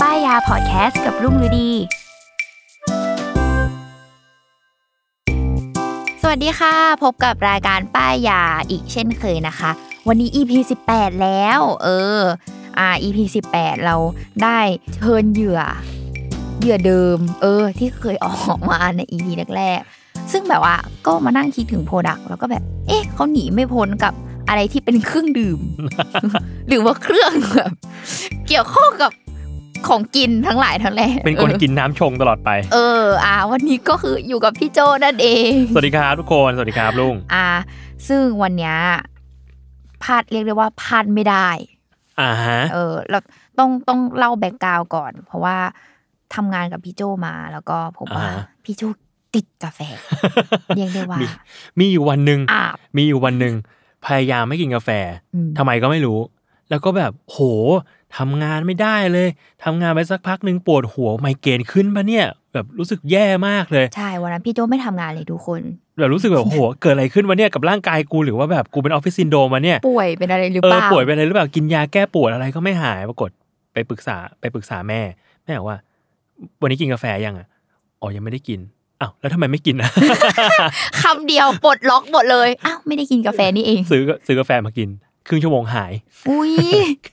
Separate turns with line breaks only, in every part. ป้ายยาพอดแคสต์กับรุ่งฤดี สวัสดีค่ะ พบกับรายการป้ายยาอีกเช่นเคยนะคะ วันนี้ EP 18 แล้ว เออ อ่า EP 18 เราได้เชิญเหยื่อ เหยื่อเดิม เออ ที่เคยออกมาใน EP แรกๆ ซึ่งแบบว่าก็มานั่งคิดถึงโปรดักต์แล้วก็แบบ เอ๊ะเขาหนีไม่พ้นกับอะไรที่เป็นเครื่องดื่ม หรือว่าเครื่องแบบเกี่ยวข้องกับของกินทั้งหลายทั้งแหล่
เป็นคน
ออ
กินน้ำชงตลอดไป
เออ อ่า วันนี้ก็คืออยู่กับพี่โจนั่นเอง
สวัสดีครับทุกคน สวัสดีครับลุง
อ่า ซึ่งวันเนี้ยพลาดเรียกได้ว่าพลาดไม่ได้
อ่าฮะ
เออ เราต้องต้องเล่าแบ็กกราวก่อน เพราะว่าทำงานกับพี่โจมา แล้วก็ผมว่า
อ่า
พี่โจติด กาแฟ เรียกได้ว่า
มีมีอยู่วันหนึ่ง
อาบ
มีอยู่วันหนึ่งพยายามไม่กินกาแฟ
อืม
ทำไมก็ไม่รู้ แล้วก็แบบโหทำงานไม่ได้เลยทำงานไปสักพักหนึ่งปวดหัวไมเกรนขึ้นปะเนี่ย แบบรู้สึกแย่มากเลย
ใช่ วันนั้นพี่โจไม่ทำงานเลยทุกคน
แบบรู้สึกแบบโหเกิดอะไรขึ้นวะเนี่ยกับร่างกายกูหรือว่าแบบกูเป็นออฟฟิศซินโดรมาเนี่ย
ป่วยเป็นอะไรหรือเป
เออ
ล่า
ป่วยเป็นอะไรหรือเปล่ากินยาแก้ปวดอะไรก็ไม่หายปรากฏไปปรึกษาไปปรึกษาแม่แม่บอกว่า วันนี้กินกาแฟยังอ่ะอ๋อยังไม่ได้กินอ้าวแล้วทำไมไม่กิ นนะ
คำเดียวปลดล็อกหมดเลย อ้าว ไม่ได้กินกาแฟนี่เอง
ซื้อซื้อกาแฟมากิน ครึ่งชั่วโมงหาย
อุ้ย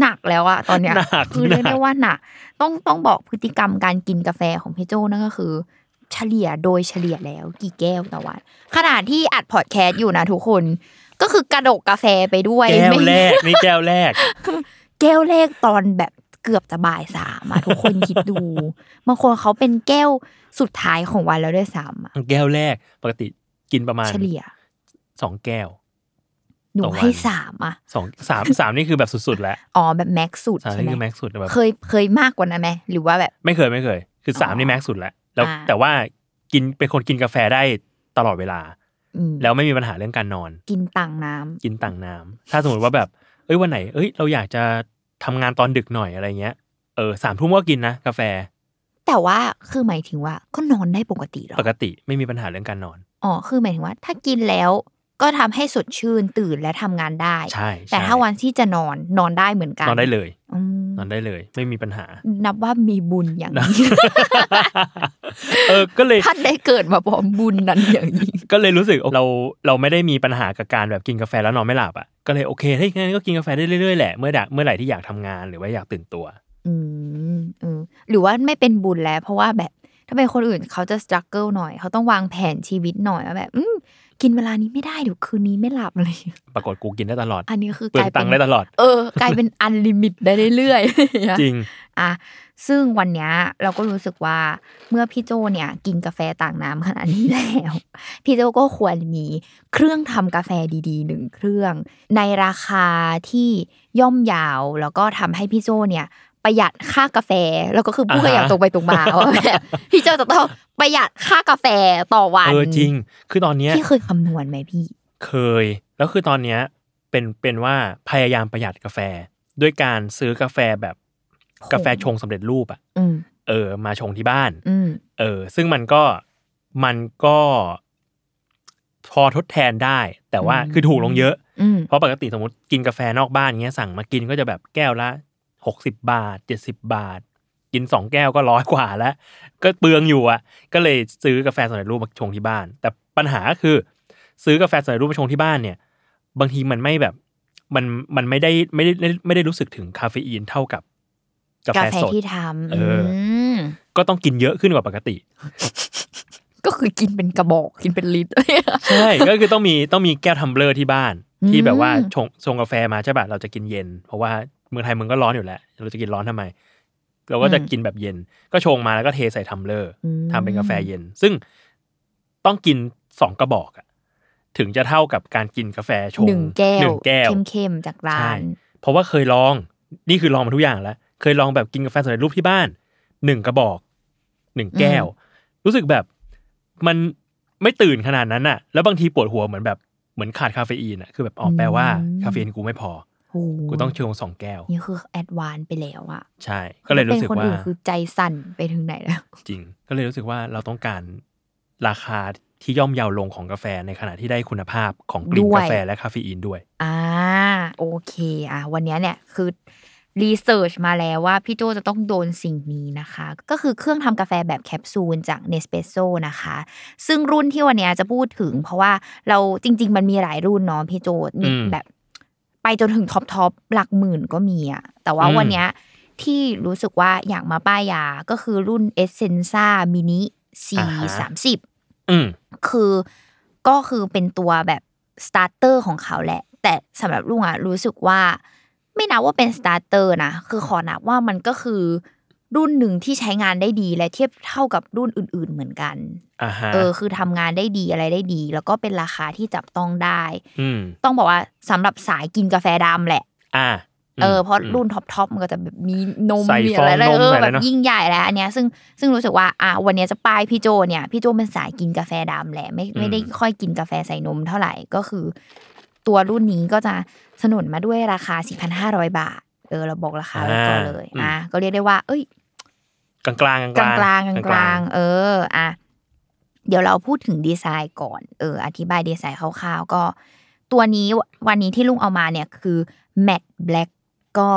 หนักแล้วอะตอนเนี้ย
หนัก
คือเรียก
หนัก
ได้ว่าหนักต้องต้องบอกพฤติกรรมการกินกาแฟของพี่โจนั่นก็คือ เฉลี่ยโดยเฉลี่ยแล้วกี่แก้วต่อวันขณะที่อัดพอดแคสต์อยู่นะทุกคน ก็คือกระดกกาแฟไปด้วย
แก้ว
ไม่
แร กนี่แก้วแรก
แก้วแรกตอนแบบเกือบจะบ่ายสามอะทุกคน คิดดูบางคนเขาเป็นแก้วสุดท้ายของวันแล้วด้วยซ้ำอะ
แก้วแรกปกติกินประมาณ
เฉลี่ย
สองแก้ว
หนู
ต่อวัน
ให้สามอะ
สองสามสามนี่คือแบบสุดๆแล้ว
อ๋อแบบแม็กซ์สุด
สาม
ใช่
นี่
ไหม
คือแม็กซ์สุดแบบ
เคยเคยมากกว่านั้นไหมหรือว่าแบบ
ไม่เคยไม่เคย คือสามนี่แม็กซ์สุดแล้วแล้ว
อ่า
แต่ว่ากินเป็นคนกินกาแฟได้ตลอดเวลา
อืม
แล้วไม่มีปัญหาเรื่องการนอน
กินต่างน้ำ
กินต่างน้ำถ้าสมมติว่าแบบ เอ้ยวันไหน เอ้ยเราอยากจะทำงานตอนดึกหน่อยอะไรเงี้ย เออสามทุ่มก็กินนะ กาแฟ
แต่ว่าคือหมายถึงว่าก็นอนได้ปกติเหรอ
ปกติไม่มีปัญหาเรื่องการนอน
อ๋อคือหมายถึงว่า ถ้ากินแล้วก็ทำให้สดชื่นตื่นและทำงานได้
ใช่
แต่
ใช่
ถ้าวันที่จะนอนนอนได้เหมือนกัน
นอนได้เลย
อืม
นอนได้เลย ไม่มีปัญหา
นับว่ามีบุญอย่างนี้
เออก็เลย
ท่านได้เกิดมาพร้อมบุญนั้นอย่าง นี้
ก็เลยรู้สึกเราเราไม่ได้มีปัญหากับการแบบกินกาแฟแล้วนอนไม่หลับอ่ะก็เลยโอเคถ้าอย่างนั้นก็กินกาแฟได้เรื่อยๆแหละเมื่อใดเมื่อไหร่ที่อยากทำงานหรือว่าอยากตื่นตัว
อืมเออหรือว่าไม่เป็นบุญแล้ว เพราะว่าแบบถ้าเป็นคนอื่นเขาจะส t รัคเกิลหน่อย เขาต้องวางแผนชีวิตหน่อยว่าแบบ อืมกินเวลานี้ไม่ได้เดี๋ยวคืนนี้ไม่หลับอะไร อย่างเงี้ย
ปรากฏกูกินได้ตลอด
อันนี้คือก
เปลือ
ลาง ย
ตั
เป็น
งค์ได้ตลอด
เออกลายเป็นอันลิมิตได้เรื่อยๆ
จริง
อ่ะซึ่งวันเนี้ยเราก็รู้สึกว่าเมื่อพี่โจเนี่ยกินกาแฟต่างน้ำขนาดนี้แล้ว พี่โจก็ควรมีเครื่องทำกาแฟดีๆหนึ่งเครื่อง ในราคาที่ย่อมเยาวแล้วก็ทำให้พี่โจเนี่ย ประหยัดค่ากาแฟแล้วก็คือพูดกันอย่าง
อ่าฮะ
ตรงไปตรงมาว่า แบบพี่โจจะต้องประหยัดค่ากาแฟต่อวัน
เออจริง คือตอนเนี้ย
พี่เคยคำนวณไหมพี่
เคย แล้วคือตอนเนี้ยเป็นเป็นว่าพยายามประหยัดกาแฟ ด้วยการซื้อกาแฟแบบ
ผง
กาแฟชงสำเร็จรูปอะ
อืม
เออ มาชงที่บ้าน
อืม
เออ ซึ่งมันก็มันก็พอทดแทนได้ แต่ว่าคือถูกลงเยอะ
อืม
เพราะปกติสมมติกินกาแฟนอกบ้านเงี้ยสั่งมากินก็จะแบบแก้วละหกสิบบาทเจ็ดสิบบาท กินสองแก้วก็ร้อยกว่าแล้ว ก็เปลืองอยู่อ่ะ ก็เลยซื้อกาแฟสำเร็จรูปมาชงที่บ้าน แต่ปัญหาคือ ซื้อกาแฟสำเร็จรูปมาชงที่บ้านเนี่ย บางทีมันไม่แบบมันมันไม่ได้ไม่ได้ไม่ได้รู้สึกถึงคาเฟอีนเท่ากับกาแฟสด
ที่ทำ
เอ
อื
ออื
ม
ก็ต้องกินเยอะขึ้นกว่าปกติ
ก็คือกินเป็นกระบอกกินเป็นลิตร
ใช่ ก็คือต้องมีต้องมีแก้วทัมเบลอร์ที่บ้าน
อืม
ที่แบบว่าชงชงกาแฟมาใช่ป่ะเราจะกินเย็น เพราะว่าเมืองไทยมึงก็ร้อนอยู่แล้วเราจะกินร้อนทำไม เราก็จะกินแบบเย็น ก็ชงมาแล้วก็เทใส่ทัมเบลอร์
อืม
ทำเป็นกาแฟเย็น ซึ่งต้องกินสองกระบอกอะถึงจะเท่ากับการกินกาแฟชง
หนึ่งแก้ว
หนึ่งแก้ว
เข้มๆจากร้า
ใช่
น
เพราะว่าเคยลองนี่คือลองมาทุกอย่างแล้ว เคยลองแบบกินกาแฟสำเร็จรูปที่บ้านหนึ่งกระบอกหนึ่งแก้ว รู้สึกแบบมันไม่ตื่นขนาดนั้นน่ะ แล้วบางทีปวดหัวเหมือนแบบเหมือนขาดคาเฟอีนอ่ะคือแบบออกแปลว่า
อืม
คาเฟอีนกูไม่พอ
โอ้โห
กูต้องชงสองแก้ว
นี่คือแอดวานซ์ไปแล้วอะ
ใช่ ก็เลยรู้สึก
ป็นคน
ว่า
อื่นคือใจสั่นไปถึงไหนแล้ว
จริง ก็เลยรู้สึกว่าเราต้องการราคาที่ย่อมเยาลงของกาแฟในขณะที่ได้คุณภาพของกลิ่น
ด้วย
กาแฟและคาเฟอีนด้วย
อ่าโอเคอ่ะวันเนี้ยเนี่ยคือรีเสิร์ชมาแล้วว่าพี่โจจะต้องโดนสิ่งนี้นะคะ ก็คือเครื่องทำกาแฟแบบแคปซูลจาก n e s p r e s s o นะคะ ซึ่งรุ่นที่วันเนี้ยจะพูดถึง เพราะว่าเราจริง ๆ มันมีหลายรุ่นเนาะพี่โจมี
อืม
แบบ ไปจนถึงท็อปทอปหลักหมื่นก็มีอะแต่ว่า
อืม
วันเนี้ยที่รู้สึกว่าอยากมาป้ายยาก็คือรุ่น e s s e n z a Mini C 3 0
อืม
คือก็คือเป็นตัวแบบสตาร์เตอร์ของเขาแหละ แต่สำหรับลุงอะรู้สึกว่า ไม่นับว่าเป็นสตาร์เตอร์นะคือขอนับว่ามันก็คือ รุ่นหนึ่งที่ใช้งานได้ดีและเทียบเท่ากับรุ่นอื่น ๆ เหมือนกัน
อ่าฮะ
เออ คือทำงานได้ดีอะไรได้ดี แล้วก็เป็นราคาที่จับต้องได้
อืม
ต้องบอกว่าสำหรับสายกินกาแฟดำแหละ
อ่า
เออเพราะ
ม
รุ่นท็อปทอปมันก็จะแบบมีนม
ใส่
มีอะไร
ฟองนม
เออ
ใส่อะไร
แบบ
เนอะ
ยิ่งใหญ่แล้วอันเนี้ยซึ่งซึ่งรู้สึกว่าอ่ะวันเนี้ยจะป้ายพี่โจเนี่ยพี่โจเป็นสายกินกาแฟดำแหละไม่ไม่ได้
อืม
ค่อยกินกาแฟใส่นมเท่าไหร่ก็คือ ตัวรุ่นนี้ก็จะสนุนมาด้วยราคา 4,500 บาท เออเราบอกราคาไว้ก่อนเลยอ่ะก็เรียกได้ว่า เอ้ย
กลางกลาง
กลางกลางๆกลางๆเอออ่ะเดี๋ยวเราพูดถึงดีไซน์ก่อน เออ อธิบายดีไซน์คร่าวๆ ก็ ตัวนี้วันนี้ที่ลุงเอามาเนี่ยคือ matte black ก็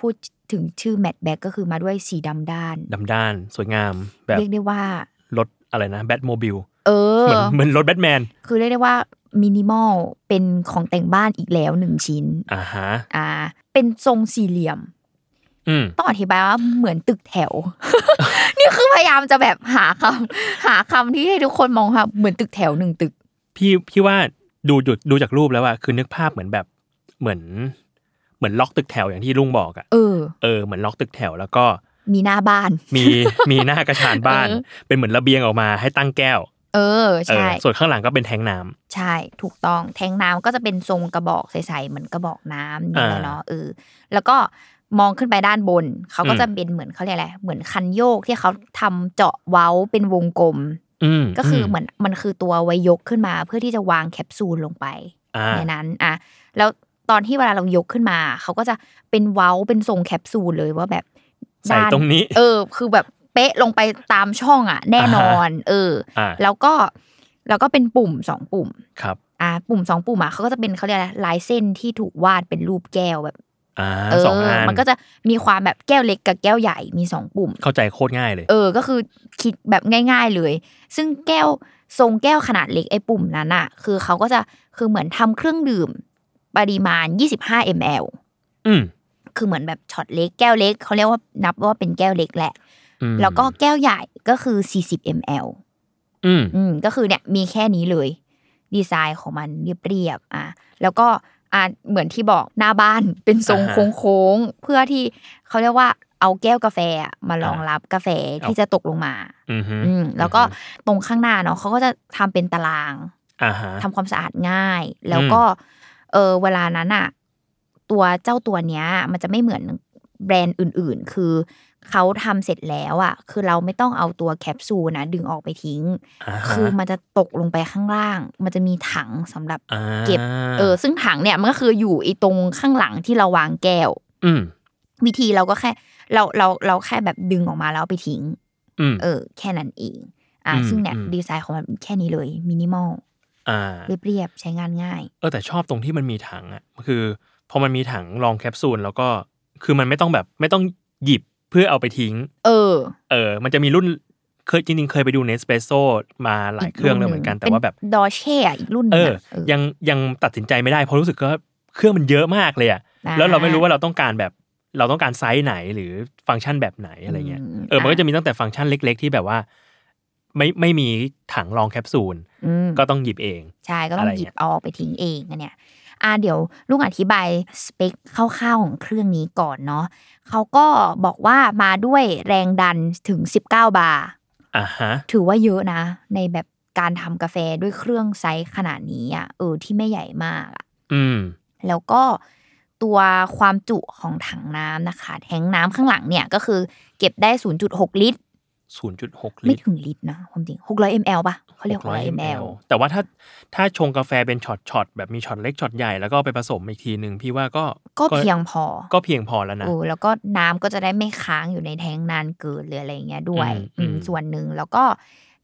พูดถึงชื่อ matte black ก็คือมาด้วยสีดำด้าน
ดำด้านสวยงามแบบ
เรียกได้ว่า
รถอะไรนะแบทโมบิล
เอ
เห
อ
มือนเหมือนรถแบทแมน
คือเรียกได้ว่ามินิมอลเป็นของแต่งบ้านอีกแล้วหนึ่งชิ้น
อ่าฮะ
อ่า เป็นทรงสี่เหลี่ยม
อืม
ต้องอธิบายว่าเหมือนตึกแถว นี่คือพยายามจะแบบหาคำหาคำที่ให้ทุกคนมองค่ะเหมือนตึกแถวหนึ่งตึก
พี่พี่ว่าดูจุดดูจากรูปแล้วอะคือนึกภาพเหมือนแบบเหมือน เหมือนล็อกตึกแถวอย่างที่ลุงบอกอะ
เออ
เออเหมือนล็อกตึกแถวแล้วก็
มีหน้าบ้าน
มี มีหน้ากระชานบ้าน
เออ
เป็นเหมือนระเบียงออกมาให้ตั้งแก้ว
เออ
เออ
ใช่
ส่วนข้างหลังก็เป็นแทงน้ำ
ใช่ ถูกต้อง แทงน้ำก็จะเป็นทรงกระบอกใสๆเหมือนกระบอกน้ำนี่แหละ
อ่า
เนาะเออ แล้วก็มองขึ้นไปด้านบน เขาก็
อืม
จะเป็นเหมือนเขาเรียกอะไร เหมือนคันโยกที่เขาทำเจาะเว้าเป็นวงกลม
อืม
ก็คือเหมือนมันคือตัวไวยกขึ้นมา เพื่อที่จะวางแคปซูลลงไป
อ่า
ในนั้นอ่ะแล้วตอนที่เวลาเรายกขึ้นมา เขาก็จะเป็นเว้าเป็นทรงแคปซูลเลยว่าแบบ
ใส่
ด้าน
ตรงนี้
เออ คือแบบเป๊ะลงไปตามช่องอ่ะ แน่นอน เออ
อ่า
แล้วก็แล้วก็เป็นปุ่มสองปุ่ม
ครับ
อ่ะปุ่มสองปุ่มอ่ะเขาก็จะเป็นเขาเรียกอะไรลายเส้นที่ถูกวาดเป็นรูปแก้วแบบ
อ่า
เออ
สองอัน
มันก็จะมีความแบบแก้วเล็กกับแก้วใหญ่มีสองปุ่ม
เข้าใจโคตรง่ายเลย
เออ ก็คือคิดแบบง่าย ๆเลย ซึ่งแก้วทรงแก้วขนาดเล็กไอ้ปุ่มนั้นอะคือเขาก็จะคือเหมือนทำเครื่องดื่มปริมาณ 25 ml
อืม
คือเหมือนแบบช็อตเล็กแก้วเล็กเขาเรียกว่านับว่าเป็นแก้วเล็กแหละ
อืม
แล้วก็แก้วใหญ่ก็คือ 40 ml
อืม
อืมก็คือเนี่ยมีแค่นี้เลย ดีไซน์ของมันเรียบๆอ่ะแล้วก็อ่ะเหมือนที่บอกหน้าบ้านเป็นทรง
อ่าฮะ
โค้งๆเพื่อที่เขาเรียกว่าเอาแก้วกาแฟอะมารอง
อ่ารั
รับกาแฟ
เอา
ที่จะตกลงมา
อืมฮึ
อืมแล้วก็ตรงข้างหน้าเนาะเขาก็จะทำเป็นตาราง
อ่าฮะ
ทำความสะอาดง่าย แล้วก็ เออเวลานั้นอะตัวเจ้าตัวเนี้ย มันจะไม่เหมือนแบรนด์อื่น ๆ คือเขาทำเสร็จแล้วอะคือเราไม่ต้องเอาตัวแคปซูลนะดึงออกไปทิ้ง
อ่าฮะ
คือมันจะตกลงไปข้างล่าง มันจะมีถังสำหรับ
อ่า
เก็บ เออ ซึ่งถังเนี่ยมันก็คืออยู่ไอ้ตรงข้างหลังที่เราวางแก้ว
อืม
วิธีเราก็แค่ เราเราเราแค่แบบดึงออกมาแล้วเอาไปทิ้ง
อืม
เออ แค่นั้นเองอ่ะ
อืม
ซึ่งเนี่ย
อืม
ดีไซน์ของมันแค่นี้เลยมินิมอล
อ่า
เรียบๆใช้งานง่าย
เออแต่ชอบตรงที่มันมีถังอ่ะคือพอมันมีถังรองแคปซูลแล้วก็คือมันไม่ต้องแบบไม่ต้องหยิบ เพื่อเอาไปทิ้ง
เออ
เออ มันจะมีรุ่นเคยจริงๆ เคยไปดูเนสเปซโซมาหลายเครื่องแล้วเหมือนกัน แต่ว่าแบบ
ดอเช่อีกรุ่นห
เอ
นึ่ง
อ
อะเออ
ยังยังตัดสินใจไม่ได้เพราะรู้สึกว่าเครื่องมันเยอะมากเลยอะ
อ่
แล้วเราไม่รู้ว่าเราต้องการแบบเราต้องการไซส์ไหนหรือฟังก์ชันแบบไหนอะไรเงี้ย
อืม
เออมันก็
อ่ะ
จะมีตั้งแต่ฟังก์ชันเล็ก ๆ ที่แบบว่า ไม่ไม่มีถังรองแคปซูล
อืม
ก็ต้องหยิบเอง
ใช่ก็ต้
อะ
อ
ไรง
หยิ
เงี้
บ
ย
เอาออกไปทิ้งเองนะเนี่ยอ่าเดี๋ยวลุงอธิบายสเปคคร่าวๆของเครื่องนี้ก่อนเนาะเขาก็บอกว่ามาด้วยแรงดันถึง 19 บาร์
อ่ะฮะ
ถือว่าเยอะนะ ในแบบการทำกาแฟด้วยเครื่องไซส์ขนาดนี้อ่ะเออที่ไม่ใหญ่มากอะ
อืม
แล้วก็ตัวความจุของถังน้ำนะคะ แทงน้ำข้างหลังเนี่ยก็คือเก็บได้ 0.6 ลิตร
0.6 ลิ
ไม่
ตร
ถึงลิตรนะความจริง 600 ml ปะเขาเรียก600
600
ml
ml แต่ว่าถ้าถ้าชงกาแฟเป็นช็อตช็อตๆแบบมีช็อตเล็กช็อตใหญ่แล้วก็ไปผสมอีกทีหนึ่งพี่ว่าก็
ก็เพียงพอ
ก็เพียงพอแล้วนะ
โอ้แล้วก็น้ำก็จะได้ไม่ค้างอยู่ในแทงนานเกินหรืออะไรอย่างเงี้ยด้วย
อืม
อืม
อืม
ส่วนหนึ่งแล้วก็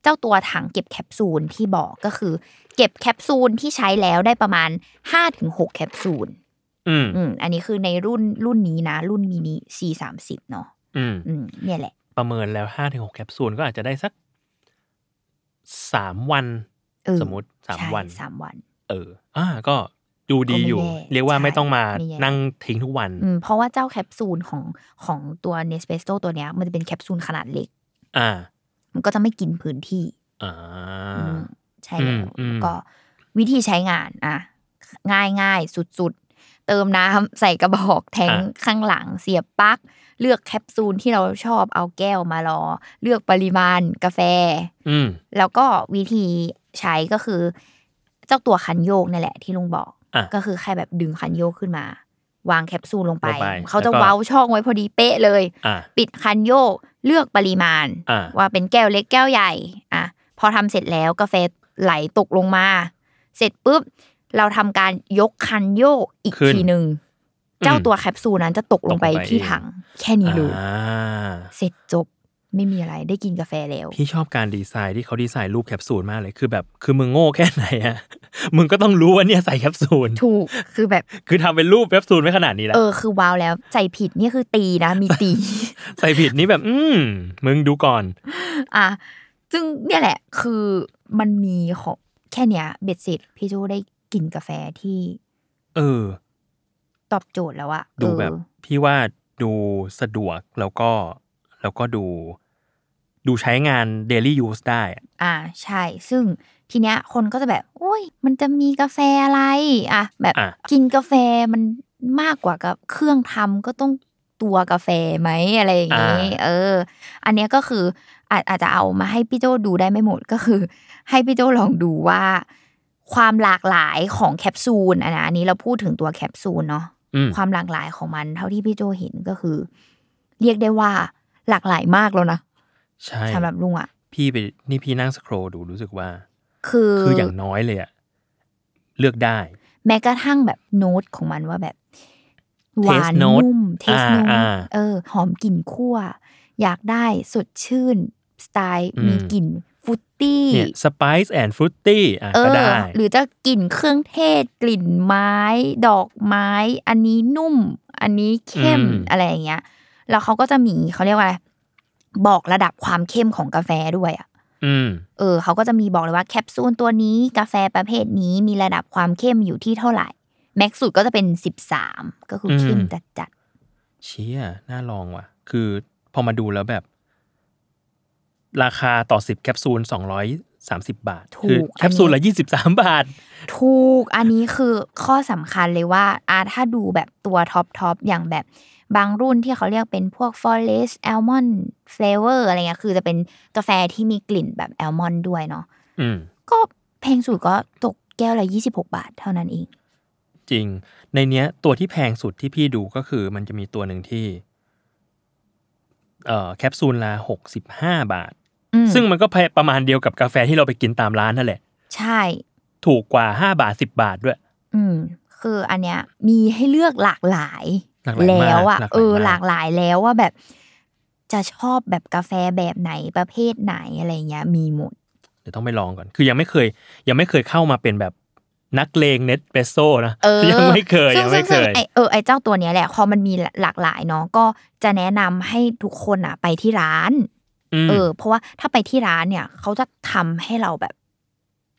เจ้าตัวถังเก็บแคปซูลที่บอกก็คือ เก็บแคปซูลที่ใช้แล้วได้ประมาณ 5-6 แคปซูล
อืม
อืมอันนี้คือในรุ่นรุ่นนี้นะ รุ่นมินิ C30 เนาะ
อืม
อืมเนี่ยแหละ
ประเมินแล้วห้าถึงหกแคปซูลก็อาจจะได้สักสามวัน
เออ
สมมติสาม
ใช่
วัน
สามวัน
เออ อ่าก็ดูดีอยู่
ก็ไม่แย่
เรียกว่าไม่ต้องมา
ใช่ไม่แย่
นั่งทิ้งทุกวัน
อืมเพราะว่าเจ้าแคปซูลของของตัวเนสเป s โ o ตัวเนี้ยมันจะเป็นแคปซูลขนาดเล็ก
อ่า
มันก็จะไม่กินพื้นที่
อ่า
อืมใช่แล้ว
อืมอืม
แล้วก็วิธีใช้งานอ่ะง่ายง่ายๆ สุดๆ เติมน้ำใส่กระบอกแทงค์ข้างหลังเสียบปลั๊กเลือกแคปซูลที่เราชอบเอาแก้วมารอ เลือกปริมาณกาแฟ
อืม
แล้วก็วิธีใช้ก็คือ เจ้าตัวคันโยกนี่แหละที่ลุงบอก
อ่ะ
ก็คือแค่แบบดึงคันโยกขึ้นมา วางแคปซูลลงไป
ลงไป
เขาจะ
แล้วก็
เว้าช่องไว้พอดีเป๊ะเลย
อ่า
ปิดคันโยกเลือกปริมาณ
อ่า
ว่าเป็นแก้วเล็กแก้วใหญ่ อ่ะ พอทำเสร็จแล้วกาแฟไหลตกลงมา เสร็จปุ๊บ เราทำการยกคันโยกอีกทีหนึ่งเจ้าตัวแคปซูลนั้นจะตกลงไปที่ถัง แค่นี้เลย
อ่า
เสร็จจบไม่มีอะไรได้กินกาแฟแล้ว
พี่ชอบการดีไซน์ที่เขาดีไซน์รูปแคปซูลมากเลย คือแบบ คือมึงโง่แค่ไหนอะ มึงก็ต้องรู้ว่าเนี่ยใส่แคปซูล
ถูกคือแบบ
คือทำเป็นรูปแคปซูลไว้ขนาดนี้แล้ว
เออคือว้าวแล้วใจผิดนี่คือตีนะ มี ตี
ใส่ผิดนี่แบบ อืม มึงดูก่อน
อ่ะซึ่งเนี่ยแหละคือมันมีของแค่เนี้ยเบ็ดเสร็จพี่โจได้กินกาแฟที่
เออ
ตอบโจทย์แล้วอะ
ดูแบบ
เออ
พี่ว่าดูสะดวกแล้วก็แล้วก็ดู ดูใช้งาน daily use ได้อะ
อ่าใช่ ซึ่งทีเนี้ยคนก็จะแบบ โอ้ย มันจะมีกาแฟอะไร อ่ะ แบบ
อ่ะ
กินกาแฟมันมากกว่ากับเครื่องทำก็ต้องตัวกาแฟไหมอะไรอย่างนี้
อ่า
เออ อันเนี้ยก็คืออาจอาจจะเอามาให้พี่โจดูได้ไม่หมดก็คือ ให้พี่โจลองดูว่า ความหลากหลายของแคปซูลอันนะอันนี้เราพูดถึงตัวแคปซูลเนาะ
อืม
ความหลากหลายของมันเท่าที่พี่โจเห็นก็คือ เรียกได้ว่าหลากหลายมากแล้วนะ
ใช่
สำหรับลุงอ่ะ
พี่ไปนี่พี่นั่งสครอดูรู้สึกว่า
คือ
คืออย่างน้อยเลยอะเลือกได้
แม้กระทั่งแบบโน้ตของมันว่าแบบห
Taste
วาน
note
นุ่มเทส
อ่า
โน้ต
อ่า
เออ หอมกลิ่นคั่ว อยากได้สดชื่น สไตล์
อืม
มีกลิ่นฟรุตตี้
เนี่ย spice and fruity อ่ะ
เอ
ก็
อ
ได้
หรือจะกลิ่นเครื่องเทศ กลิ่นไม้ ดอกไม้ อันนี้นุ่ม อันนี้เข้ม
อืม
อะไรอย่างเงี้ย แล้วเขาก็จะมีเขาเรียกว่าอะไรบอกระดับความเข้มของกาแฟด้วยอ่ะ
อืม
เออเขาก็จะมีบอกเลยว่าแคปซูลตัวนี้กาแฟประเภทนี้มีระดับความเข้มอยู่ที่เท่าไหร่ แม็กซ์สุดก็จะเป็น 13 ก็คืออ
ม
เข้มจัดจัด
เชี่ยน่าลองว่ะ คือพอมาดูแล้วแบบ ราคาต่อสิบแคปซูลสองร้อยสามสิบบาท คือแคปซูลละยี่สิบสามบาท
ๆถูกอันนี้คือข้อสำคัญเลยว่าอาถ้าดูแบบตัวท็อปทอปอย่างแบบบางรุ่นที่เขาเรียกเป็นพวก forest almond flavor อะไรเงี้ยคือจะเป็นกาแฟที่มีกลิ่นแบบ almond ด้วยเนาะ
อืม
ก็แพงสุดก็ตกแก้วละ 26 บาทเท่านั้นเอง
จริง ในเนี้ยตัวที่แพงสุดที่พี่ดูก็คือมันจะมีตัวหนึ่งที่เอ่อแคปซูลละหกสิบห้าบาท
อืม
ซึ่งมันก็ประมาณเดียวกับกาแฟที่เราไปกินตามร้านนั่นแหละ
ใช่
ถูกกว่าห้าบาทสิบบาทด้วย
อืมคืออันเนี้ยมีให้เลือกหลากหลาย
หลากหลายมาก
แล้วอ่ะ
หลากหลายมาก
เออหลากหลายแล้วว่าแบบ จะชอบแบบกาแฟแบบไหนประเภทไหนอะไรเงี้ย มีหมด
เดี๋ยวต้องไปลองก่อน คือยังไม่เคย ยังไม่เคยเข้ามาเป็นแบบ นักเลงเนสเปรสโซ่นะ
เออ
ยังไม่เคย
ซึ่
ยังไม่เค
ซึ่
ย
ไอเออไอเจ้าตัวเนี้ยแหละพอมันมีหลากหลายเนาะก็จะแนะนำให้ทุกคนอ่ะไปที่ร้าน
ม
เออ เพราะว่าถ้าไปที่ร้านเนี่ย เขาจะทำให้เราแบบ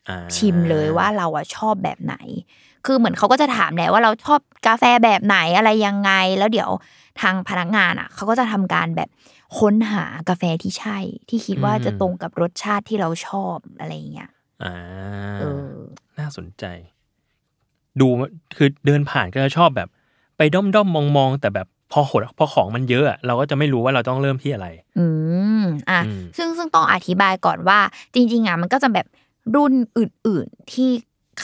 อ่า
ชิมเลยว่าเราอ่ะชอบแบบไหน คือเหมือนเขาก็จะถามแหละว่าเราชอบกาแฟแบบไหนอะไรยังไง แล้วเดี๋ยวทางพนักงานอ่ะเขาก็จะทำการแบบค้นหากาแฟที่ใช่ ที่คิดว่าจะตรงกับรสชาติที่เราชอบอะไรอย่างเงี้ย
อ่า
เออ
น่าสนใจ ดูคือเดินผ่านก็จะชอบแบบ ไปด้อมด้อมมองมองๆ แต่แบบพอหดพอของมันเยอะอะเราก็จะไม่รู้ว่าเราต้องเริ่มที่อะไร
อืมอ่ะ
อืม
ซึ่งซึ่งต้องอธิบายก่อนว่า จริงๆอ่ะมันก็จะแบบรุ่นอื่นๆที่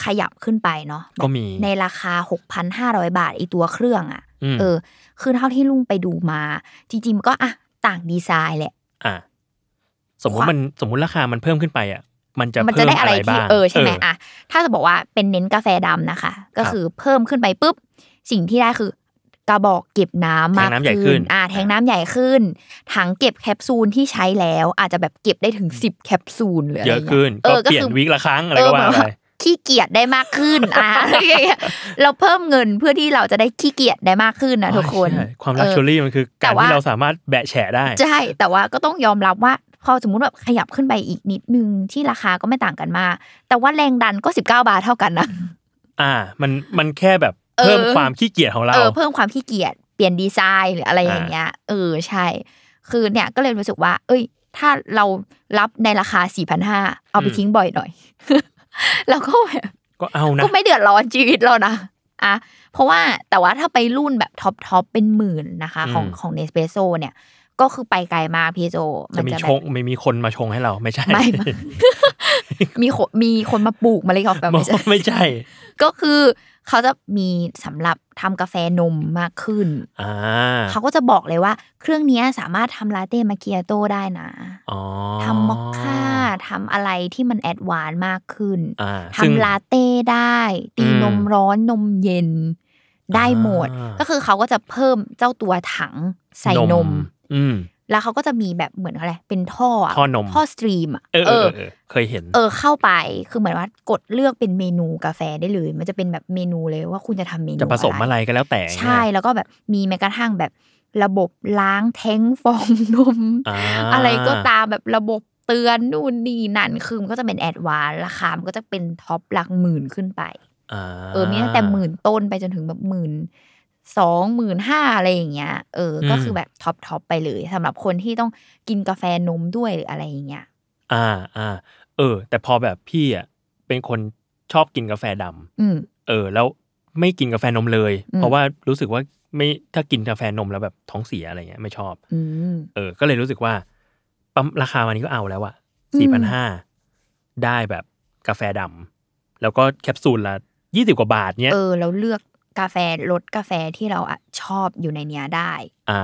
ขยับขึ้นไปเนาะ
ก็มี
ในราคา 6,500 บาทไอตัวเครื่องอ่ะ
ม
เออ คือเท่าที่ลุงไปดูมา จริงๆมันก็อ่ะต่างดีไซน์แหละ
อ่ะสมมติมันสมมติราคามันเพิ่มขึ้นไปอ่ะ มันจะ
มันจะ
เพิ่ม
ได้
อะ
อะไรไรที่
บ้าง
เออใช่ไหมอ่ะถ้าจะบอกว่าเป็นเน้นกาแฟดำนะคะ ก็คือเพิ่มขึ้นไปปุ๊บ สิ่งที่ได้คือกระบอกเก็บน้ำ
แท
มาง ก
น้ำใหญ่
ขึ้
ขึ้
น
น
อ่ะแทงน้ำใหญ่ขึ้น ถังเก็บแคปซูลที่ใช้แล้ว อาจจะแบบเก็บได้ถึง 10 แคปซูลหรืออะไร
เย
อ
อะ
ย่าง
ขึ้
เงี้ย
นก็เปลี่ยนวิกละครั้งอะไรก็ว่า
เเหมืน
ไป
ขี้เกียจได้มากขึ้นอ่ะ อะไรอย่างเงี้ยเราเพิ่มเงินเพื่อที่เราจะได้ขี้เกียจได้มากขึ้นนะทุกคน
ใช่ความลักชัวรี่มันคือการ
แต่ว่า
ที่เราสามารถแบะแฉะได้
ใช่ แต่ว่าก็ต้องยอมรับว่า พอสมมุติแบบขยับขึ้นไปอีกนิดนึงที่ราคาก็ไม่ต่างกันมาก แต่ว่าแรงดันก็ 19 บาทเท่ากันนะ
อ่า มันมันแค่แบบ
เออ
เพิ่มความขี้เกียจของเรา
เออเพิ่มความขี้เกียจเปลี่ยนดีไซน์หรืออะไรอย่างเงี้ยเออใช่ คือเนี่ยก็เลยรู้สึกว่า เอ้ย ถ้าเรารับในราคา 4,500 เอาไป
อืม
ทิ้งบ่อยหน่อย แล้วก็แบบ
ก็เอานะ
ก็ไม่เดือดร้อนชีวิตเรานะอ่ะเพราะว่าแต่ว่าถ้าไปรุ่นแบบท็อปทอปเป็นหมื่นนะคะ ของ
อืม
ของเนสเปโซเนี่ย ก็คือไปไกลมากพี่โจ
จะ
น
มี
แบบ
ชงไม่มีคนมาชงให้เราไม่ใช่
ไม่ มีคนมีคนมาปลูกเมาเลยกาแฟไม่ใช่
ไม่ใช่
ก็คือเขาจะมีสำหรับทำกาแฟนมมากขึ้น
อ่า
เขาก็จะบอกเลยว่า เครื่องเนี้ยสามารถทำลาเต้มาเกียโต้ได้นะ
อ๋อ
ทำมอคค่าทำอะไรที่มันแอดวานซ์มากขึ้น
อ่า
ทำลาเต้ได้ ตีนมร้อนนมเย็น ได้หมด ก็คือเขาก็จะเพิ่มเจ้าตัวถังใส่นม
อืม
แล้วเขาก็จะมีแบบเหมือนอะไรเป็นท่ออะ
ท่อนม
ท่อสตรีมอะ
เออเอ
เอ
อ
อ
เออเคยเห็น
เออเข้าไปคือเหมือนว่ากดเลือกเป็นเมนูกาแฟได้เลย มันจะเป็นแบบเมนูเลยว่าคุณจะทำเมนู
จะผสมอะไรก็แล้วแต่
ใช่แล้วก็แบบมีแม้กระทั่งแบบระบบล้างแท้งฟองนม
า
อะไรก็ตามแบบระบบเตือนนู่นนี่นั่นคือมันก็จะเป็นแอดวานซ์ราคามันก็จะเป็นท็อปหลักหมื่นขึ้นไป
า
เออมีตั้งแต่หมื่นต้นไปจนถึงแบบหมื่นสองหมื่นห้าอะไรอย่างเงี้ยเออก็คือแบบท็อปท็อปไปเลยสำหรับคนที่ต้องกินกาแฟนมด้วยหรืออะไรอย่างเงี้ย
อ่าอ่าเออ แต่พอแบบพี่อ่ะเป็นคนชอบกินกาแฟดำ
อืม
เออแล้วไม่กินกาแฟนมเลย
อืม
เพราะว่ารู้สึกว่าไม่ถ้ากินกาแฟนมแล้วแบบท้องเสียอะไรเงี้ยไม่ชอบ
อืม
เออ ก็เลยรู้สึกว่าปั๊มราคามันนี้ก็เอาแล้วอะ
อื
สี่พัน
ม
ห้าได้แบบกาแฟดำแล้วก็แคปซูลละยี่สิบกว่าบาทเนี้ย
เออเราเลือกกาแฟรสกาแฟที่เราอะชอบอยู่ในเนี้ยได้
อ่า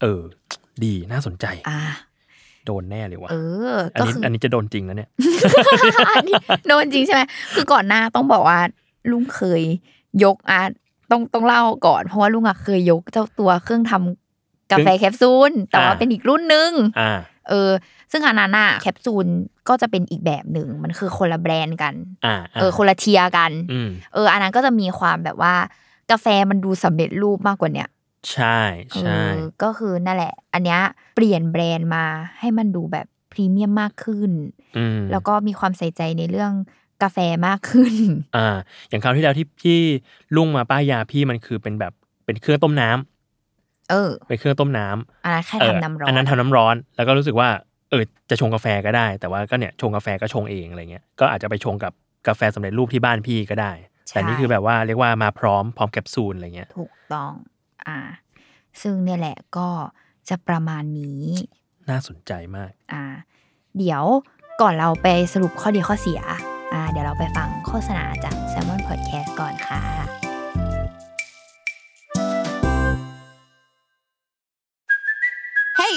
เออ ดีน่าสนใจ
อ่า
โดนแน่เลยว่ะ
เออ
อัน
ก็
นี้
คือ
อั
อั
นนี้จะโดนจริงนะเนี่ย
นนี้โดนจริงใช่ไหมคือก่อนหน้าต้องบอกว่า ลุงเคยยกอะต้องต้องเล่าก่อน เพราะว่าลุงอะเคยยกเจ้าตัวเครื่องทำกาแฟแคปซูลแต่ว่า
อ่า
เป็นอีกรุ่นนึง
อ่า
เออ ซึ่งอันนั้นอะแคปซูลก็จะเป็นอีกแบบหนึ่งมันคือคนละแบรนด์กัน
อ่าา
เออ คนละเทียร์กัน
อืม
เออ อันนั้นก็จะมีความแบบว่า กาแฟมันดูสำเร็จรูปมากกว่าเนี้ย
ใช่ใช่
เออก็คือนั่นแหละ อันเนี้ยเปลี่ยนแบรนด์มาให้มันดูแบบพรีเมียมมากขึ้น
อืม
แล้วก็มีความใส่ใจในเรื่องกาแฟมากขึ้น
อ่าอย่างคราวที่แล้วที่พี่ลุงมาป้ายยาพี่มันคือเป็นแบบเป็นเครื่องต้มน้ำ
เออ
เป็นเครื่องต้มน้ำ
อันนั้นแค่
เออ
ทำน้ำร้อน
อันนั้นทำน้ำร้อน แล้วก็รู้สึกว่าเออจะชงกาแฟก็ได้ แต่ว่าก็เนี่ยชงกาแฟก็ชงเองอะไรเงี้ยก็อาจจะไปชงกับกาแฟสำเร็จรูปที่บ้านพี่ก็ได้ แต่นี่คือแบบว่าเรียกว่ามาพร้อมพร้อมแคปซูลอะไรเงี้ย
ถูกต้อง อ่า ซึ่งเนี่ยแหละก็จะประมาณนี้
น่าสนใจมาก
อ่า เดี๋ยวก่อนเราไปสรุปข้อดีข้อเสีย อ่า เดี๋ยวเราไปฟังโฆษณาจาก s ซ l m o n Podcast ก่อนค่ะ
Hey,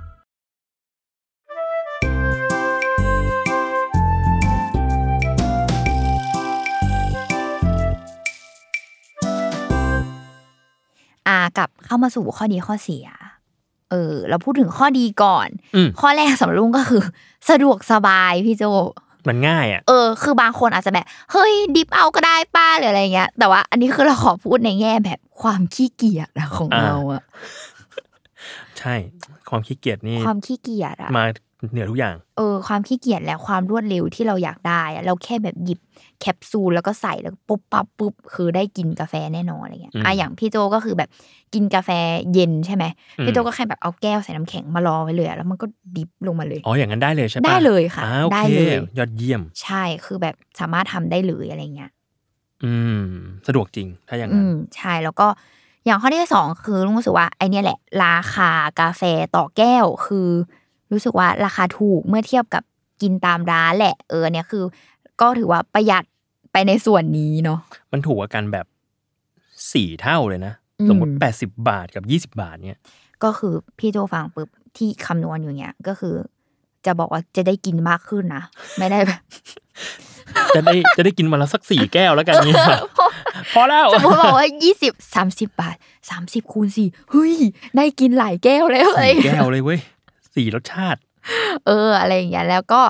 อ่ากลับเข้ามาสู่ข้อดีข้อเสีย เออ เราพูดถึงข้อดีก่อน
อืม
ข้อแรกสำหรับลุงก็คือ สะดวกสบายพี่โจ
มันง่ายอ่ะ
เออ คือบางคนอาจจะแบบ เฮ้ย ดิฟเอาก็ได้ป้าหรืออะไรเงี้ย แต่ว่าอันนี้คือเราขอพูดในแง่แบบความขี้เกียจอะของ
อ่า
เราอะ
ใช่ ความขี้เกียจนี่
ความขี้เกียจอะ
มาเหนือทุกอย่าง
เออ ความขี้เกียจและความรวดเร็วที่เราอยากได้อะเราแค่แบบหยิบแคปซูลแล้วก็ใส่แล้วก็ปุ๊บปั๊บปุ๊บคือได้กินกาแฟแน่นอนอะไรเงี้ย
อืม
อ่ะอย่างพี่โจก็คือแบบกินกาแฟเย็นใช่ไหม
อืม
พี่โจก็แค่แบบเอาแก้วใส่น้ำแข็งมารอไว้เลยอะแล้วมันก็ดิฟลงมาเลย
อ๋ออย่างนั้นได้เลยใช่ปะ
ได้เลยค่ะ
อ่าโอ
ได้
เค
เลย
ยอดเยี่ยม
ใช่คือแบบสามารถทำได้เลยอะไรเงี้ย
อืม สะดวกจริงถ้าอย่าง
อื
นั้น
มใช่แล้วก็อย่างข้อที่สองคือลุงรู้สึกว่าไอเนี่ยแหละ ราคากาแฟต่อแก้วคือ รู้สึกว่าราคาถูกเมื่อเทียบกับกินตามร้านแหละ เออเนี่ยคือ ก็ถือว่าประหยัดไปในส่วนนี้เนาะ
มันถูกกว่ากันแบบสี่เท่าเลยนะ
อืม
สมมติแปดสิบาทกับยี่สิบาทเนี่ย
ก็คือพี่โจฟังปุ๊บที่คำนวณอยู่เนี่ยก็คือ จะบอกว่าจะได้กินมากขึ้นนะไม่ได้แบบ
จะได้จะได้กินวันละสักสี่แก้วแล้วกันเนี่ย พอแล้ว
สมมติบอกว่ายี่สิบสามสิบบาทสามสิบคูณสี่เฮ้ยได้กินหลายแก้วแล้วอะไรอย่าง
สี่
เงี้ย
แก้วเลยเว้ยสี่รสชาติ
เอออะไรอย่างเงี้ยแล้วก็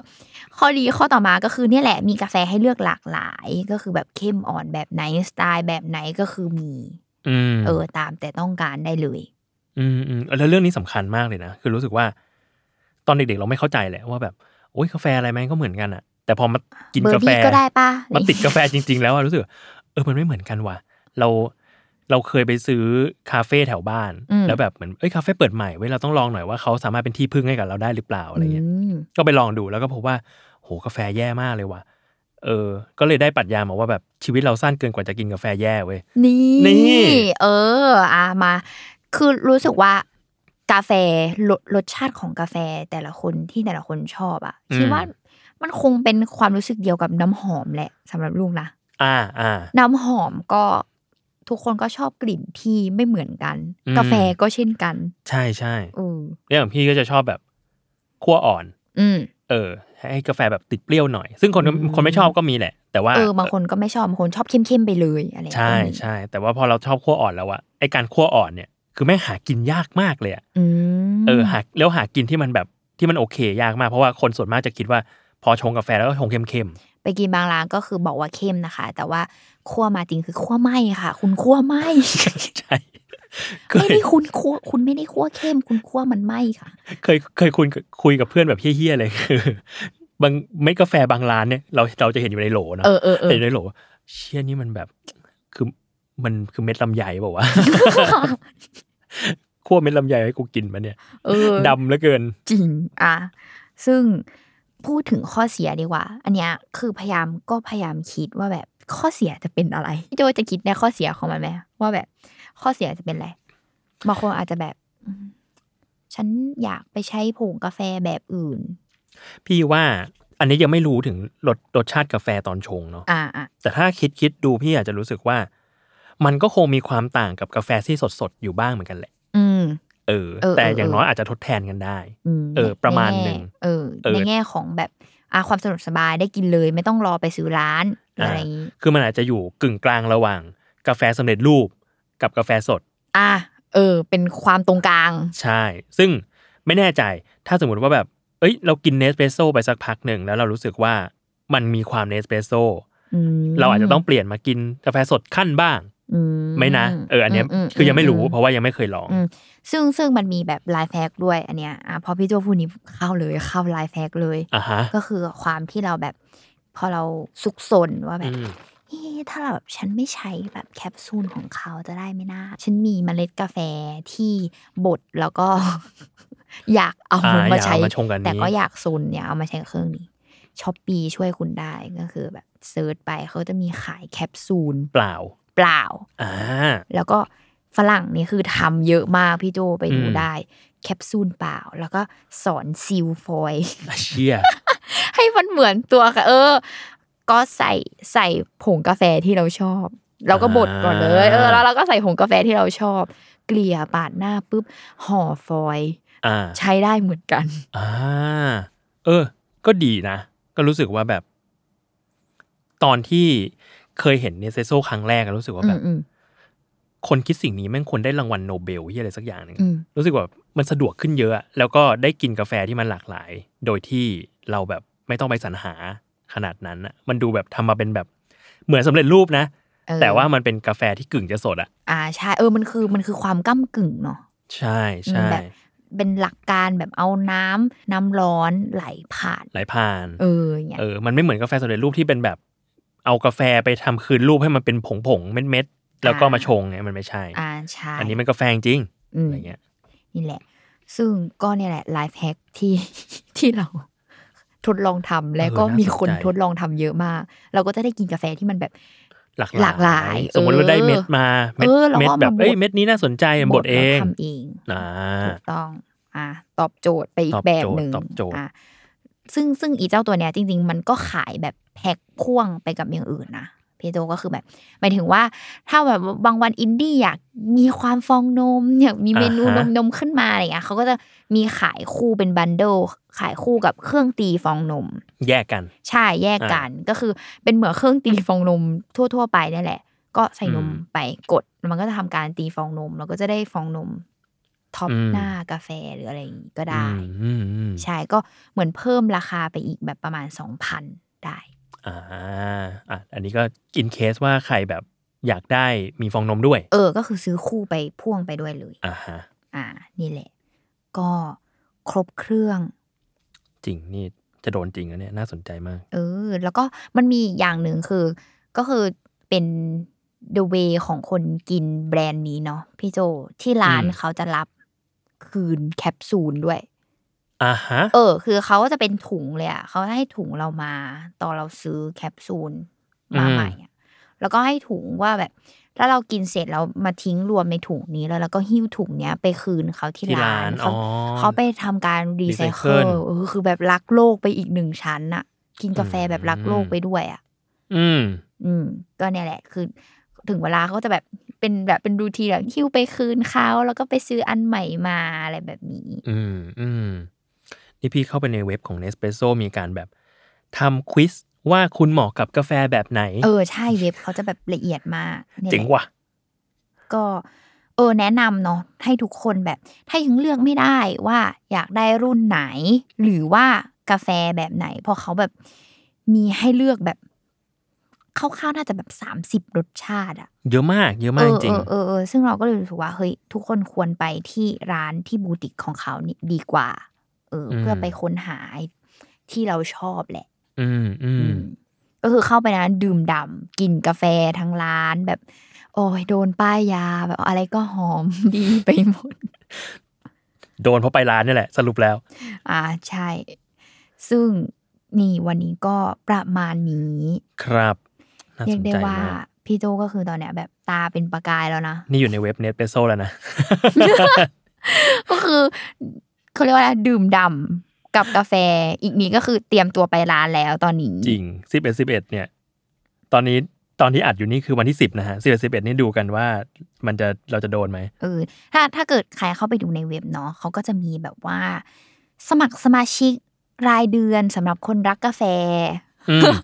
ข้อดีข้อต่อมาก็คือเนี่ยแหละมีกาแฟให้เลือกหลากหลาย ก็คือแบบเข้มอ่อนแบบไหนสไตล์แบบไหนก็คือมี
อืม
เออตามแต่ต้องการได้เลย
อืมอืมแล้วเรื่องนี้สำคัญมากเลยนะ คือรู้สึกว่า ตอนเด็กๆเราไม่เข้าใจแหละว่าแบบโอ๊ยกาแฟอะไรมันก็เหมือนกันอะแต่พอมากิน
เบอร์
กาแฟ
บี้ก็ได้ปะ
มาติดกาแฟจริง ๆ แล้วอะรู้สึกว่าเออมันไม่เหมือนกันว่ะเราเราเคยไปซื้อคาเฟ่แถวบ้าน
อืม
แล้วแบบเหมือนเอ้ยคาเฟ่เปิดใหม่เว้ยเราต้องลองหน่อยว่าเขาสามารถเป็นที่พึ่งให้กับเราได้หรือเปล่าอะไรเงี้ย
อืม
ก็ไปลองดูแล้วก็พบว่าโหกาแฟแย่มากเลยว่ะ เออ ก็เลยได้ปรัชญามาว่าแบบชีวิตเราสั้นเกินกว่าจะกินกาแฟแย่เว้ย
นี่
นี่
เอออ่ะมา คือรู้สึกว่ากาแฟรสรสชาติของกาแฟแต่ละคนที่แต่ละคนชอบอ่ะคิดว่ามันคงเป็นความรู้สึกเดียวกับน้ำหอมแหละสำหรับลูกนะ
อ่าอ่า
น้ำหอมก็ทุกคนก็ชอบกลิ่นที่ไม่เหมือนกัน
อืม
กาแฟก็เช่นกัน
ใช่ใช่
อืม
เรื่องพี่ก็จะชอบแบบขั้วอ่อน
อืม
เออ ให้กาแฟแบบติดเปรี้ยวหน่อย ซึ่งคนก็
อืม
คนไม่ชอบก็มีแหละ แต่ว่า
เออบางคนก็ไม่ชอบบางคนชอบเข้มๆไปเลยอะไร
ใช่
ก็มี
ใช่ แต่ว่าพอเราชอบขั้วอ่อนแล้วอะไอการขั้วอ่อนเนี่ยคือแม่งหากินยากมากเลยอะ
อืม
เออหาแล้วหากินที่มันแบบที่มันโอเค ยากมากเพราะว่าคนส่วนมากจะคิดว่า พอชงกาแฟแล้วก็ชงเข้ม
ไปกินบางร้านก็คือบอกว่าเข้มนะคะ แต่ว่าคั่วมาจริงคือคั่วไหมค่ะ คุณคั่วไหม
ๆ ใช่เค
ไม่
ย
ได้คุณคั่วคุณไม่ได้คั่วเข้ม คุณคั่วมันไหมค่ะ
เคยเคยคุยคุยกับเพื่อนแบบเฮี้ยๆเลยคือ บางเม็ดกาแฟบางร้านเนี่ยเราเราจะเห็นอยู่ในโหลนะ
เออเออเออ
เห็นในโหล เชี่ยนี่มันแบบคือมันคือเม็ดลำไยเปล่าวะ คั่วเม็ดลำไยให้กูกินมาเนี่ย
เออ
ดำเหลือเกิน
จริงอ่ะซึ่งพูดถึงข้อเสียดีกว่า อันเนี้ยคือพยายามก็พยายามคิดว่าแบบข้อเสียจะเป็นอะไรพี่โจจะคิดในข้อเสียของมันไหมว่าแบบ ข้อเสียจะเป็นอะไรบางคนอาจจะแบบอืมฉันอยากไปใช้ผงกาแฟแบบอื่น
พี่ว่าอันนี้ยังไม่รู้ถึงรสรสชาติกาแฟตอนชงเนาะ
อ่ะอ่ะ
แต่ถ้าคิดคิดดูพี่อาจจะรู้สึกว่า มันก็คงมีความต่างกับกาแฟที่สดๆอยู่บ้างเหมือนกันแหละ
อืม
เออ
เออ
แต่
เออ
อย่าง
เออ
น้อยอาจจะทดแทนกันได้
ม
เออ
ใน
ประมาณ
ในแ
หนึ่ง
เออ
เออ
ในแง่ของแบบอ่ะความสะดวกสบายได้กินเลย ไม่ต้องรอไปซื้อร้านหรืออะไรอย่างงี้
คือมันอาจจะอยู่กึ่งกลางระหว่าง กาแฟสำเร็จรูปกับกาแฟสด
อ่ะเออ เป็นความตรงกลาง
ใช่ ซึ่งไม่แน่ใจถ้าสมมติว่าแบบ เอ้ย เรากินเนสเ r รสโซไปสักพักหนึ่งแล้วเรารู้สึกว่ามันมีความเนสเ r รสโซ
อืม
เราอาจจะต้องเปลี่ยนมากินกาแฟสดขั้นบ้าง
อื
ไหมนะ เอออันเนี้ย
ม
คือยังไม่รู้
ม
เพราะว่ายังไม่เคยลอง
อืม ซึ่งซึ่งมันมีแบบไลฟ์แฟกด้วยอันเนี้ยอ่ะพอพี่โจพูดนี้เข้าเลยเข้าไลฟ์แฟกเลย
อ่ะฮะ
ก็คือความที่เราแบบ พอเราสุกสนว่าแบบ
อืม
เอ๊ะถ้าเราแบบฉันไม่ใช้แบบแคปซูลของเขาจะได้ไหมนะฉันมีเมล็ดกาแฟที่บดแล้วก็ อยากเอา
อ่า
มา
อยาก
ใช้
เอามาชงกันนี้
แต่ก็อยากซุนเนี่ยเอามาใช้กับเครื่องนี้ช้อปปีช่วยคุณได้ก็คือแบบเซิร์ชไปเขาจะมีขายแคปซูล
เปล่า
เปล่า
อ่า
แล้วก็ฝรั่งนี่คือทำเยอะมากพี่โจไปดู
อืม
ได้ แคปซูลเปล่า แล้วก็สอนซีลฟอยล์
เชี่ย
ให้มันเหมือนตัวค่ะเออ ก็ใส่ใส่ผงกาแฟที่เราชอบ เราก็บดก่อนเลยเออแล้วเราก็ใส่ผงกาแฟที่เราชอบ เกลี่ยปาดหน้าปุ๊บห่อฟอยล์
อ่า
ใช้ได้เหมือนกัน
อ่า เออ ก็ดีนะ ก็รู้สึกว่าแบบ ตอนที่เคยเห็นเนสเซโซครั้งแรกอะรู้สึกว่าแบบ
อืม
คนคิดสิ่งนี้แม่งควรได้รางวัลโนเบลที่อะไรสักอย่างหนึ่ง
อืม
รู้สึกว่ามันสะดวกขึ้นเยอะอะแล้วก็ได้กินกาแฟที่มันหลากหลาย โดยที่เราแบบไม่ต้องไปสรรหาขนาดนั้นอะมันดูแบบทำมาเป็นแบบเหมือนสำเร็จรูปนะ
เออ
แต่ว่ามันเป็นกาแฟที่กึ่งจะสดอะ
อ่าใช่เออมันคือมันคือความก้ากึ่งเนาะ
ใช่ใช่
แบบ เป็นหลักการแบบเอาน้ำน้ำร้อนไหลผ่าน
หลายผ่าน
เอออย่างเงี้ย
เออ มันไม่เหมือนกาแฟสำเร็จรูปที่เป็นแบบ เอากาแฟไปทำคืนรูปให้มันเป็นผงผงๆเม็ดเม็ดๆแล้วก็มาชงไงมันไม่ใช่
อ่าใช่
อันนี้มันกาแฟจริง
อื
ๆ
ม
อะไรเงี้ย
นี่แหละ ซึ่งก็เนี่ยแหละไลฟ์แฮกที่ ที่เรา ทดลองทำแล้วก็
เออน่ามี
มีคน
สนใจ
ทดลองทำเยอะมาก เราก็จะได้กินกาแฟที่มันแบบ
หลาก
หลากหลาย
สมมติเราได้เม็ดมา
เออเรา
เม็ด
ก็เอา
แบบ
มาบด
เอ้ยเม็ดนี้น่าสนใจบดเอง
แล้วทำเอง
นะ
ถูกต้อง อ่า ตอบโจทย์ไปอี
ต
ก
อบ
แบบ
โจทย์
หนึ่ง
ตอบโจทย์
ะซึ่งซึ่งอีเจ้าตัวเนี้ยจริง ๆ มันก็ขายแบบแพ็คพ่วงไปกับอย่างอื่นนะพี่โจก็คือแบบหมายถึงว่า ถ้าแบบบางวันอินดี้อยากมีความฟองนมอยากมีเมนูน
อ่าม ฮะ
นมขึ้นมาอะไรอย่างเงี้ยเขาก็จะมีขายคู่เป็นบันเดิลขายคู่กับเครื่องตีฟองนม
แยกกัน
ใช่แยกกันก็คือเป็นเหมือนเครื่องตีฟองนมทั่ว ๆ ไปนี่แหละ ก็ใส่นม
อืม
ไปกดมันก็จะทำการตีฟองนมแล้วก็จะได้ฟองนมท็อป
อืม
หน้ากาแฟหรืออะไรอย่างงี้ก็ได้
อืมอืม
ใช่ก็เหมือนเพิ่มราคาไปอีกแบบประมาณสองพันได้
อ่าอ่ะอันนี้ก็อินเคสว่าใครแบบอยากได้มีฟองนมด้วย
เออ ก็คือซื้อคู่ไปพ่วงไปด้วยเลย
อ่าฮะ
อ่า นี่แหละ ก็ครบเครื่อง
จริงนี่จะโดนจริงแล้วเนี่ยน่าสนใจมาก
เออ แล้วก็มันมีอีกอย่างหนึ่งคือ ก็คือเป็น the way ของคนกินแบรนด์นี้เนาะพี่โจที่ร้าน
อืม
เขาจะรับคืนแคปซูลด้วย
อ่าฮะ
เออ คือเขาก็จะเป็นถุงเลยอะเขาให้ถุงเรามาตอนเราซื้อแคปซูลมาใหม่อะแล้วก็ให้ถุงว่าแบบ ถ้าเรากินเสร็จเรามาทิ้งรวมในถุงนี้แล้วเราก็หิ้วถุงเนี้ยไปคืนเขาที่
ที่
ร้า
ร้าน
น
อ๋
เขา
อ
เขาไปทำการรีไซเคิล
recycle
เออคือแบบรักโลกไปอีกหนึ่งชั้นอะกินกาแฟแบบรักโลกไปด้วยอะ
อืม
อืมก็เนี่ยแหละคือถึงเวลาเขาก็จะแบบเป็นแบบเป็นรูทีนแบบคิวไปคืนเขาแล้วก็ไปซื้ออันใหม่มาอะไรแบบนี้
อืมอืมนี่พี่เข้าไปในเว็บของ Nespresso มีการแบบทำควิสว่าคุณเหมาะกับกาแฟแบบไหน
เออใช่เว็บเขาจะแบบละเอียดมากเนี่ยแห
เจ๋ง
ละ
ว่ะ
ก็เออแนะนำเนาะให้ทุกคนแบบ ถ้ายังเลือกไม่ได้ว่าอยากได้รุ่นไหน หรือว่ากาแฟแบบไหนเพอเขาแบบมีให้เลือกแบบคร่าวๆน่าจะแบบสามสิบรสชาติอะ
เยอะมาก เยอะมากจริง
เออเออเออเออซึ่งเราก็เลยรู้สึกว่าเฮ้ยทุกคนควรไปที่ร้านที่บูติกของเขานี่ดีกว่า เออ
อืม
เพื่อไปค้นหาไอ้ที่เราชอบแหละ
อืมอืม
อืมก็คือเข้าไปนะดื่มด่ำกินกาแฟทั้งร้านแบบ โอ้ยโดนป้ายยาแบบอะไรก็หอม ดีไปหมด
โดนเพราะไปร้านนี่แหละ สรุปแล้ว
อ่าใช่ ซึ่งนี่วันนี้ก็ประมาณนี้
ครับน่า
เรี
ส
ยก
น
ได้
ใจ
ว่าม
าก
พี่โจก็คือตอนเนี้ยแบบตาเป็นประกายแล้วนะ
นี่อยู่ในเว็บ Nespresso แล้วนะ
ก็คือเขาเรียกว่าอะไรดื่มด่ำกับกาแฟอีกนี้ก็คือเตรียมตัวไปร้านแล้วตอนนี้
จริงสิบเอ็ดสิบเอ็ดเนี่ย ตอนนี้ตอนที่อัดอยู่นี่คือวันที่สิบนะฮะสิบเอ็ดสิบเอ็ดนี่ดูกันว่ามันจะเราจะโดนไหม
เออถ้าถ้าเกิดใครเข้าไปดูในเว็บเนาะเขาก็จะมีแบบว่า สมัครสมาชิกรายเดือนสำหรับคนรักกาแฟ
อืม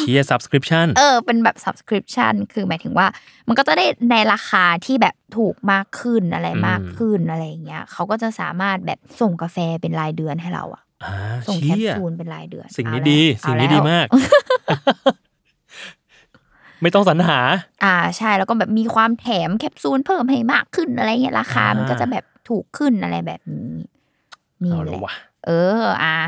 เชียร์ subscription
เออ เป็นแบบ subscription คือหมายถึงว่า มันก็จะได้ในราคาที่แบบถูกมากขึ้นอะไรมากขึ้นอะไรอย่างเงี้ยเขาก็จะสามารถแบบส่งกาแฟเป็นรายเดือนให้เราอะ
อ่า
ส่งแค
เชี
ป
ยร์
ซูลเป็นรายเดือน
สิ่งนี้
เอาแล้ว
ดี
เอ
สิ่งนี้ดี
แล้ว
มาก ไม่ต้องสรรหา
อ่าใช่แล้วก็แบบมีความแถมแคปซูลเพิ่มให้มากขึ้นอะไรเงี้ยราคา
อ่ามั
มันก็จะแบบถูกขึ้นอะไรแบบนี้นี่
เอา
แห
ละ
ละ
วะ
เอออ่ะ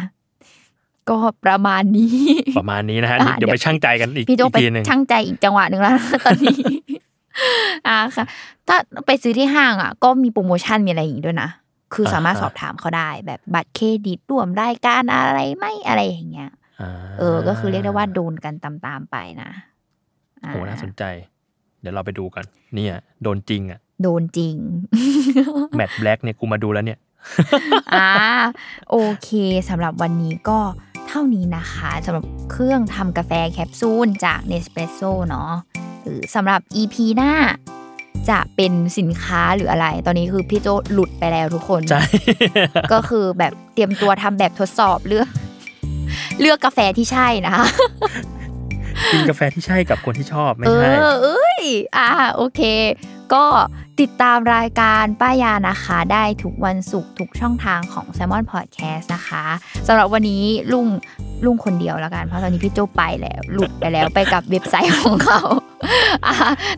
ก็ประมาณนี้
ประมาณนี้นะฮะ
อ่ะ
เดี๋ยว
เดี๋ยว
ไปช่างใจกันอีก
พี่โจ
อีก
ไป
ทีหนึ่ง
ช่างใจอีกจังหวะหนึ่งแล้ว ตอนนี้ อ่าค่ะ ถ้าไปซื้อที่ห้างอ่ะ ก็มีโปรโมชั่นมีอะไรอย่างงี้ด้วยนะ คืออา สามารถ
ฮะ
สอบถามเขาได้ แบบบัตรเครดิตร่วมรายการอะไรไหม่อะไรอย่างเงี้ยเออ ก็คือเรียกได้ว่าโดนกันตามๆไปนะอ่า
โหน่าสนใจ เดี๋ยวเราไปดูกันเนี่ยโดนจริงอ่ะ
โดนจริง
แมทแบล็กเนี่ยกูมาดูแล้วเนี่ย
อ่าโอเคสำหรับวันนี้ก็ เท่านี้นะคะสำหรับเครื่องทำกาแฟแคปซูลจาก Nespresso เนาะหรือสำหรับ EP หน้า จะเป็นสินค้าหรืออะไร ตอนนี้คือพี่โจหลุดไปแล้วทุกคน
ใช่
ก็คือแบบเตรียมตัวทำแบบทดสอบเลือก เลือกกาแฟที่ใช่นะคะ
กินกาแฟที่ใช่กับคนที่ชอบไม่
เอ
ใช่
อเอ้ย อ่า โอเค ก็ติดตามรายการป้ายานะคะ ได้ทุกวันศุกร์ทุกช่องทางของ s ซ l m o n Podcast นะคะสำหรับวันนี้ลุงลุงคนเดียวแล้วกัน เพราะตอนนี้พี่โจไปแล้ว หลุดไปแล้วไปกับเว็บไซต์ของเขา อ่ะ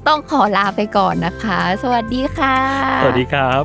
ต้องขอลาไปก่อนนะคะ สวัสดีค่ะ
สวัสดีครับ